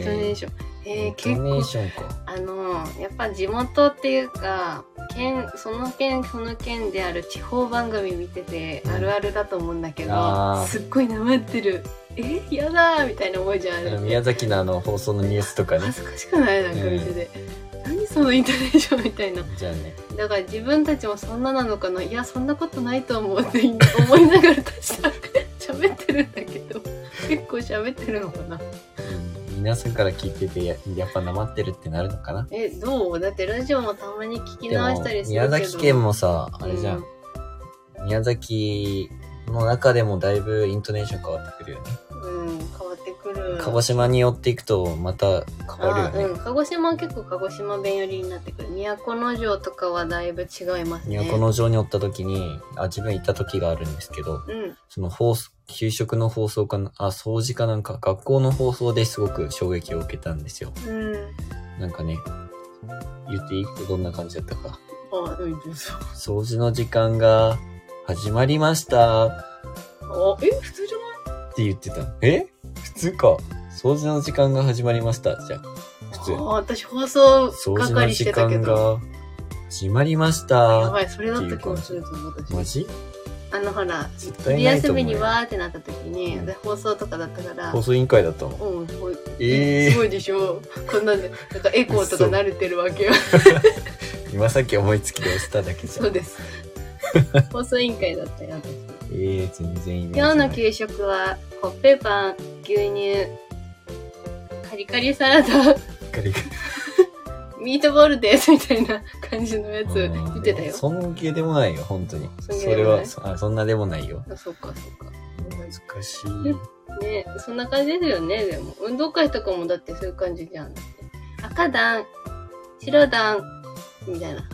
B: トネーション。えー、
A: イ
B: 結
A: ントネー
B: 構、
A: ションか。
B: あの、やっぱ地元っていうか、県、その県その県である地方番組見てて、
A: うん
B: あるあるだと思うんだけ
A: あ
B: ど
A: ー、
B: すっごいなまってる。えー、やだーみたいな思いじゃ
A: あの
B: ん。
A: 宮崎のあの放送のニュースとかね
B: 恥。ずかしくないなんか見てて。何そのイントネーションみたいな。
A: じゃあね。
B: だから自分たちもそんななのかないやそんなことないと思うって 思いながら確かに喋ってるんだけど結構喋ってるのかな
A: うん皆さんから聞いててや、やっぱなまってるってなるのかな。
B: えどうだってラジオもたまに聞き
A: でも
B: 直したり、するけど
A: 宮崎県もさ、あれじゃ。
B: うん
A: 宮崎の中でもだいぶイントネーション変わってくるよね。
B: うん、変わってくる
A: 鹿児島に寄っていくとまた変わる
B: あ
A: よね。
B: うん、鹿児島は結構鹿児島弁寄りになってくる都城とかはだいぶ違いますね
A: 都城におった時に、あ、自分行った時があるんですけど、
B: うん
A: その放送、給食の放送かな、あ、掃除かなんか、学校の放送ですごく衝撃を受けたんですよ。
B: うん
A: なんかね、言っていいことどんな感じだったか。
B: あうんそう
A: 掃除の時間が始まりましたっ
B: あえ普通じゃない
A: て言ってた。え普通か。掃除の時間が始まりました。じゃあ、普通
B: あ。私放送
A: 掃除の
B: 係し
A: 時
B: てたけ
A: 間
B: ど
A: が始まりまし
B: や
A: た
B: ば。いそれだった気もすると思う私
A: マジ
B: あのほら、
A: 絶対
B: 昼
A: ないと
B: 休
A: 思う
B: み
A: よ
B: にわーってなった時に、
A: うん
B: で放送とかだったから、
A: 放送委員会だったの
B: うん、すごい
A: ええ
B: すごいでしょこんなんで、なんかエコーとか慣れてるわけよ。
A: 今さっき思いつきで押しただけじゃ
B: そ
A: ん。
B: うです。放送委員会だったよ、私。
A: ええー、全然イメージ
B: 今日
A: ない
B: の給食は、コッペパン、牛乳、カリカリサラダ、
A: ガリガリ
B: ミートボールです、みたいな感じのやつ
A: うん
B: 言ってたよ。そ
A: そんげでもないよ、本当に。
B: そ
A: そ
B: んげで
A: れ
B: もな
A: は、
B: い
A: そあそんなでもないよ。
B: うか、そうか。
A: 難しい。
B: ねそんな感じですよね、でも。運動会とかもだってそういう感じじゃん。赤団、白団、みたいな。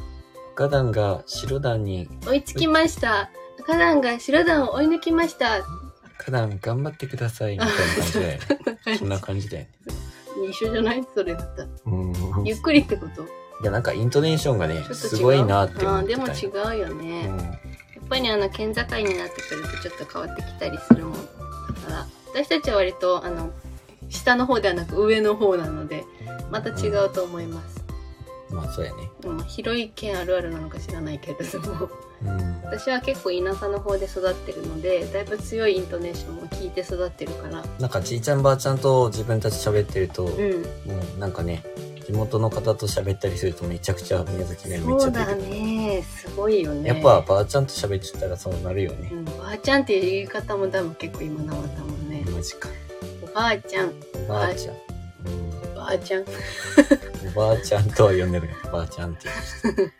A: 赤団が白団に、
B: 追いつきました。赤団が白団を追い抜きました。
A: 赤団頑張ってください、みたいな感じだ よね。そんな感じだよね。
B: 一緒じゃないそれだったら。
A: うん。い
B: ゆっくりってこと
A: や、なんかイントネーションがね
B: ちょっと違、う。
A: すごいなって思
B: あ
A: って
B: ーで
A: た
B: も
A: よ。
B: 違うよね。
A: う
B: や
A: ん。
B: っぱりあの、県境になってくるとちょっと変わってきたりするもん。だから、私たちは割と、あの、下の方ではなく上の方なので、また違うと思います。
A: まあ、そうやね。
B: うん、広い県あるあるなのか知らないけれども。
A: うん。
B: 私は結構田舎の方で育ってるのでだいぶ強いイントネーションを聞いて育ってるから
A: なんか、じいちゃんばあちゃんと自分たち喋ってると、
B: うん
A: もうなんかね、地元の方と喋ったりするとめちゃくちゃ宮崎弁めっち
B: そ
A: ゃ
B: う
A: 出てく
B: だ
A: る。
B: ねすごいよね
A: やっぱ、ばあちゃんと喋っちゃったらそうなるよね
B: う。ん、ばあちゃんっていう言い方も多分結構今なわったもんね
A: マジか。
B: おばあちゃん
A: ばあちゃん。うん
B: ばばあちゃん。
A: おばあちゃんとは呼んでるおばあちゃんっていう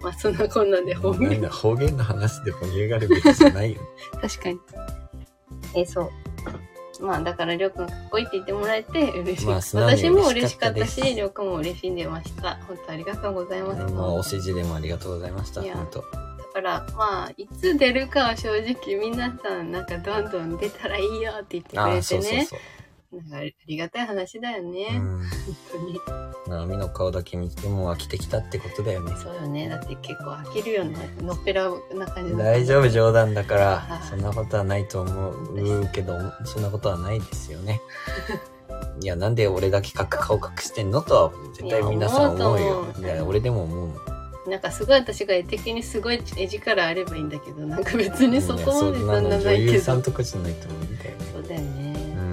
B: まあそんなこんなんで
A: 人。
B: 本
A: なん
B: 命。
A: だ、方言の話でも言うがるべきじゃないよ。
B: 確かに。えーそう。まあだからりょうくんかっこいいって言ってもらえて嬉しい。
A: まあ素直に
B: 私も嬉し
A: 嬉しか
B: かった
A: ったで
B: し、
A: す
B: りょうくんも嬉しんでました。本当ありがとうございます。
A: まあ、お世辞でもありがとうございました。
B: いや
A: 本当。
B: だからまあいつ出るかは正直皆さんなんかどんどん出たらいいよって言ってく
A: あ
B: れ
A: あ、そ
B: て
A: うそう
B: ね
A: そう。
B: なんかありがたい話だよ
A: う
B: ね、
A: ん。
B: 本当に
A: まあ、海の顔だけ見ても飽きてきたってことだよね。
B: そうよねだって結構飽きるよねのっぺらな感じだった
A: 大丈夫、冗談だか
B: は
A: ら
B: い、
A: そんなことはないと思うけど、そんなことはないですよ ね。いや、なんで俺だけか顔隠してんのとは、絶対皆さん思う
B: いや思
A: よ
B: う
A: い
B: と。思う
A: や、俺でも思うもん。
B: なんかすごい私が絵的にすごい絵力あればいいんだけどなんか別にそこまで
A: いや
B: そんな
A: う
B: ない
A: 女
B: け
A: 優
B: ど
A: さ
B: そ
A: ん
B: う
A: とかじゃないと思うんだよね。
B: だよ
A: う
B: ね、
A: ん。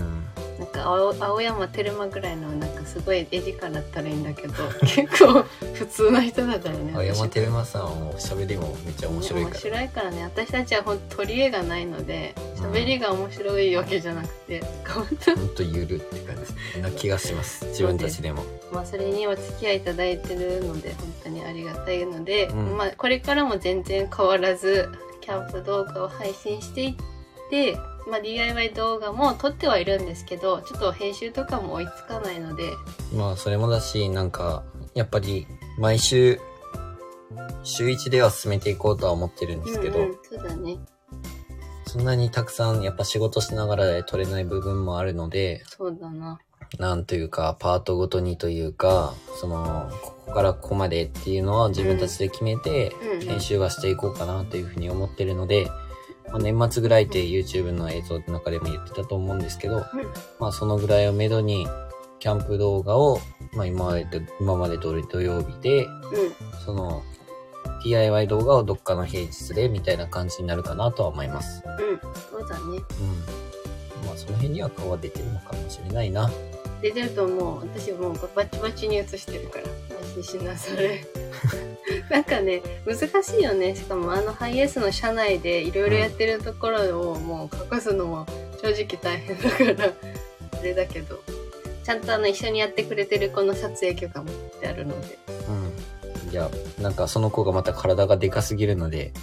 B: なんか青青山テルマぐらいのなんかすごい絵力だったらいい んだけど結構普通の人だったよね
A: 青山テルマさんはもう喋りもめっちゃ面白いから。
B: 面白いからね私たちは本当取り柄がないので喋りが面白いわけじゃなくて、 本当
A: ほんとゆるって感じな気がします。自分たちでも。
B: まあそれにお付き合いいただいてるので本当にありがたいので、
A: うん
B: まあこれからも全然変わらずキャンプ動画を配信していって、まあ、DIY 動画も撮ってはいるんですけどちょっと編集とかも追いつかないので
A: まあそれもだし、なんか、やっぱり毎週、週1では進めていこうとは思ってるんですけど、
B: うんうん、そうだね
A: そんなにたくさんやっぱ仕事しながらで取れない部分もあるので、
B: そうだな
A: なんというか、パートごとにというか、その、ここからここまでっていうのは自分たちで決めて、
B: うんうん
A: 編集はしていこうかなというふうに思ってるので、まあ、年末ぐらいって YouTube の映像の中でも言ってたと思うんですけど、まあそのぐらいをめどに、キャンプ動画を、まあ今までと、今まで通り土曜日で、
B: う
A: その、DIY 動画をどっかの平日でみたいな感じになるかなとは思います。
B: んうんそうだね
A: うん。まあその辺には顔は出てるのかもしれないな。
B: 出てると思う私もうバチバチに映してるから安心しな それなんかね難しいよねしかもあのハイエースの車内でいろいろやってるところをもう隠すのも正直大変だからあれだけどちゃんとあの一緒にやってくれてるこの撮影許可も取ってあるので
A: うん。いや、なんかその子がまた体がでかすぎるので、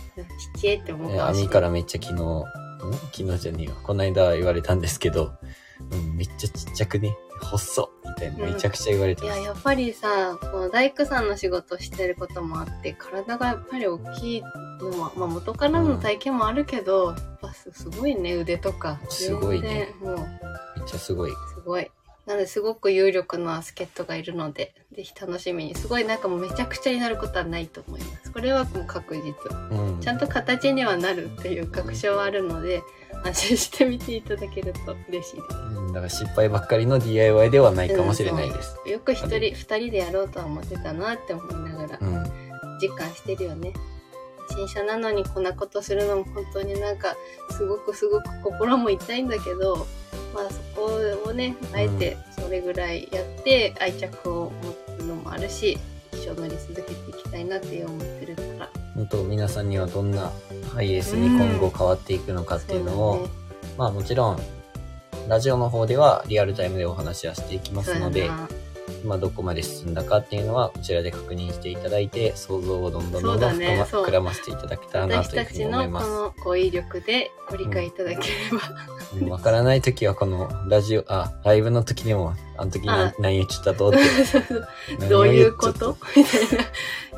B: ちっちゃいって思う
A: え
B: かもしれ
A: 網
B: な
A: か
B: い
A: らめっちゃ昨日、ん昨日じゃねえわ。こないだ言われたんですけど、うん、めっちゃちっちゃくね、細っみたいな、
B: うん
A: めちゃくちゃ言われて
B: い
A: ま
B: や
A: す。
B: やっぱりさこの大工さんの仕事をしてることもあって体がやっぱり大きいのは、まあ、元からの体験もあるけど、やっぱすすごいね腕とか
A: すごいね
B: 全然もう
A: めっちゃすごい。
B: すごいなのですごく有力な助っ人がいるのでぜひ楽しみにすごいなんかもうめちゃくちゃになることはないと思いますこれはもう確実
A: うん
B: ち。ゃんと形にはなるっていう確証はあるので安心して見ていただけると嬉しいです
A: うんだから失敗ばっかりの DIY ではないかもしれないです。
B: よく一人二人でやろうとは思ってたなって思いながら
A: うん。
B: 実感してるよね新車なのにこんなことするのも本当になんかすごくすごく心も痛いんだけどまあそこをねあえてそれぐらいやって愛着を持つのもあるし一生乗り続けていきたいなって思ってるから
A: 本当皆さんにはどんなハイエースに今後変わっていくのかっていうのを、
B: そう
A: まあもちろんラジオの方ではリアルタイムでお話はしていきま
B: だ
A: す
B: ね
A: ので
B: そうやな
A: 今どこまで進んだかっていうのはこちらで確認していただいて想像をどんどんどんどん膨
B: そうだね
A: ら,、
B: そう
A: 膨らませていただけたらな
B: 私
A: という
B: た
A: ふうに
B: ち
A: 思
B: の
A: い
B: こ
A: ま
B: のご威力でご理解いただければ、
A: すうんわからない時はこのラジオあライブの時でもあの時何
B: あ
A: 何言っちゃったとって 何
B: ど
A: を
B: うい
A: 言っ
B: う
A: ちゃ
B: こ
A: った
B: とみたいな。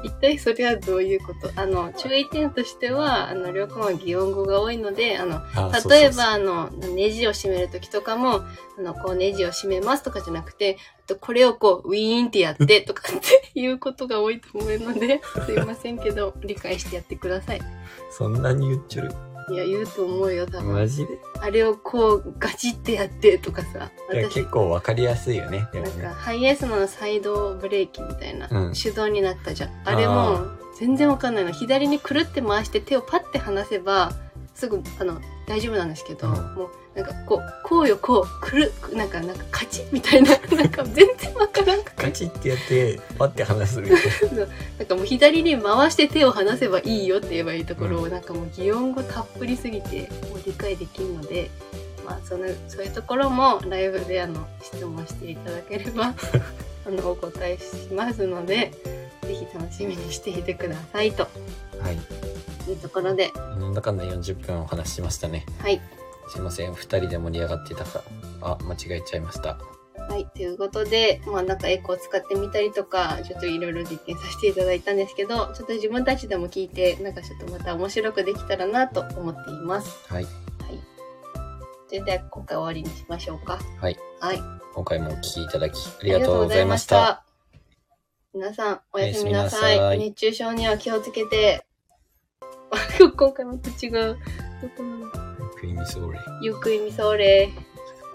B: 一体それはどういうことあの、注意点としては、あの、りょうくんは擬音語が多いので、あの、
A: あそうそうそう
B: 例えば、あの、ネジを締めるときとかも、あの、こうネジを締めますとかじゃなくて、あとこれをこう、ウィーンってやってとかっていうことが多いと思うの で、すいませんけど、理解してやってください。
A: そんなに言っちゃる
B: いや、言うと思うよ、多
A: マ
B: 分。
A: ジで
B: あれをこう、ガチってやってとかさ。
A: いや結構わかりやすいよねでも
B: なん
A: ね
B: かハイエースのサイドブレーキみたいな、
A: うん
B: 手動になったじゃん
A: あー
B: あれも全然わかんないの左にくるって回して手をパッて離せばすぐあの大丈夫なんですけど、
A: うん
B: もうなんかこうこうよこうくるなんかなんかカチッみたいななんか全然わからんくて
A: ガチってやってパッて話するよね
B: なんかもう左に回して手を離せばいいよって言えばいいところを、
A: う
B: なんかもう擬音語たっぷりすぎてもう理解できるので、まあ、まあ、そのそういうところもライブであの質問していただければあのお答えしますのでぜひ楽しみにしていてくださいと
A: はい。
B: いうところで
A: なんだかんだ40分お話ししましたね。
B: はい
A: すいません。二人で盛り上がってたか。あ、間違えちゃいました。
B: はいということでまあなんかエコー使ってみたりとかちょっといろいろ実験させていただいたんですけどちょっと自分たちでも聞いてなんかちょっとまた面白くできたらなと思っています。
A: はい。
B: はい、それでは今回終わりにしましょうか。
A: はい。
B: はい
A: 今回もお聞きいただきあ
B: あ
A: り
B: り
A: が
B: がと
A: とう
B: うご
A: ご
B: ざ
A: ざ
B: い
A: い
B: ま
A: ま
B: し
A: した。
B: た。皆さん、おやすみなさい。
A: おやすみなさい
B: 熱中症には気をつけて。 今回また違う。どこなの
A: クイミソーレ。
B: ゆっくり見そうれ。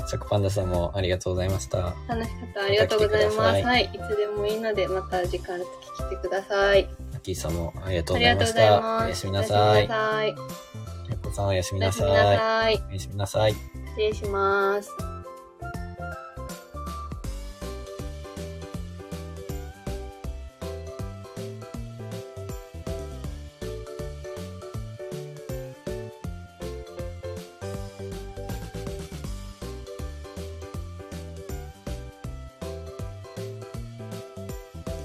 A: チャコパンダさんもありがとうございました。
B: 楽しかった。ありがとうございます。
A: また来てください
B: はい。いつでもいいので、また時間あるとき来てください。
A: アッキーさんもありがとう
B: あ
A: ござ
B: りが
A: い
B: と
A: ま
B: うご
A: し
B: ざい
A: た。
B: ます。
A: おやすみなさい。
B: おやすみなさい。
A: やっこさんおやす
B: お
A: み
B: や
A: な
B: す
A: さ
B: み
A: い。
B: なさい。
A: おやすみなさい。
B: 失礼します。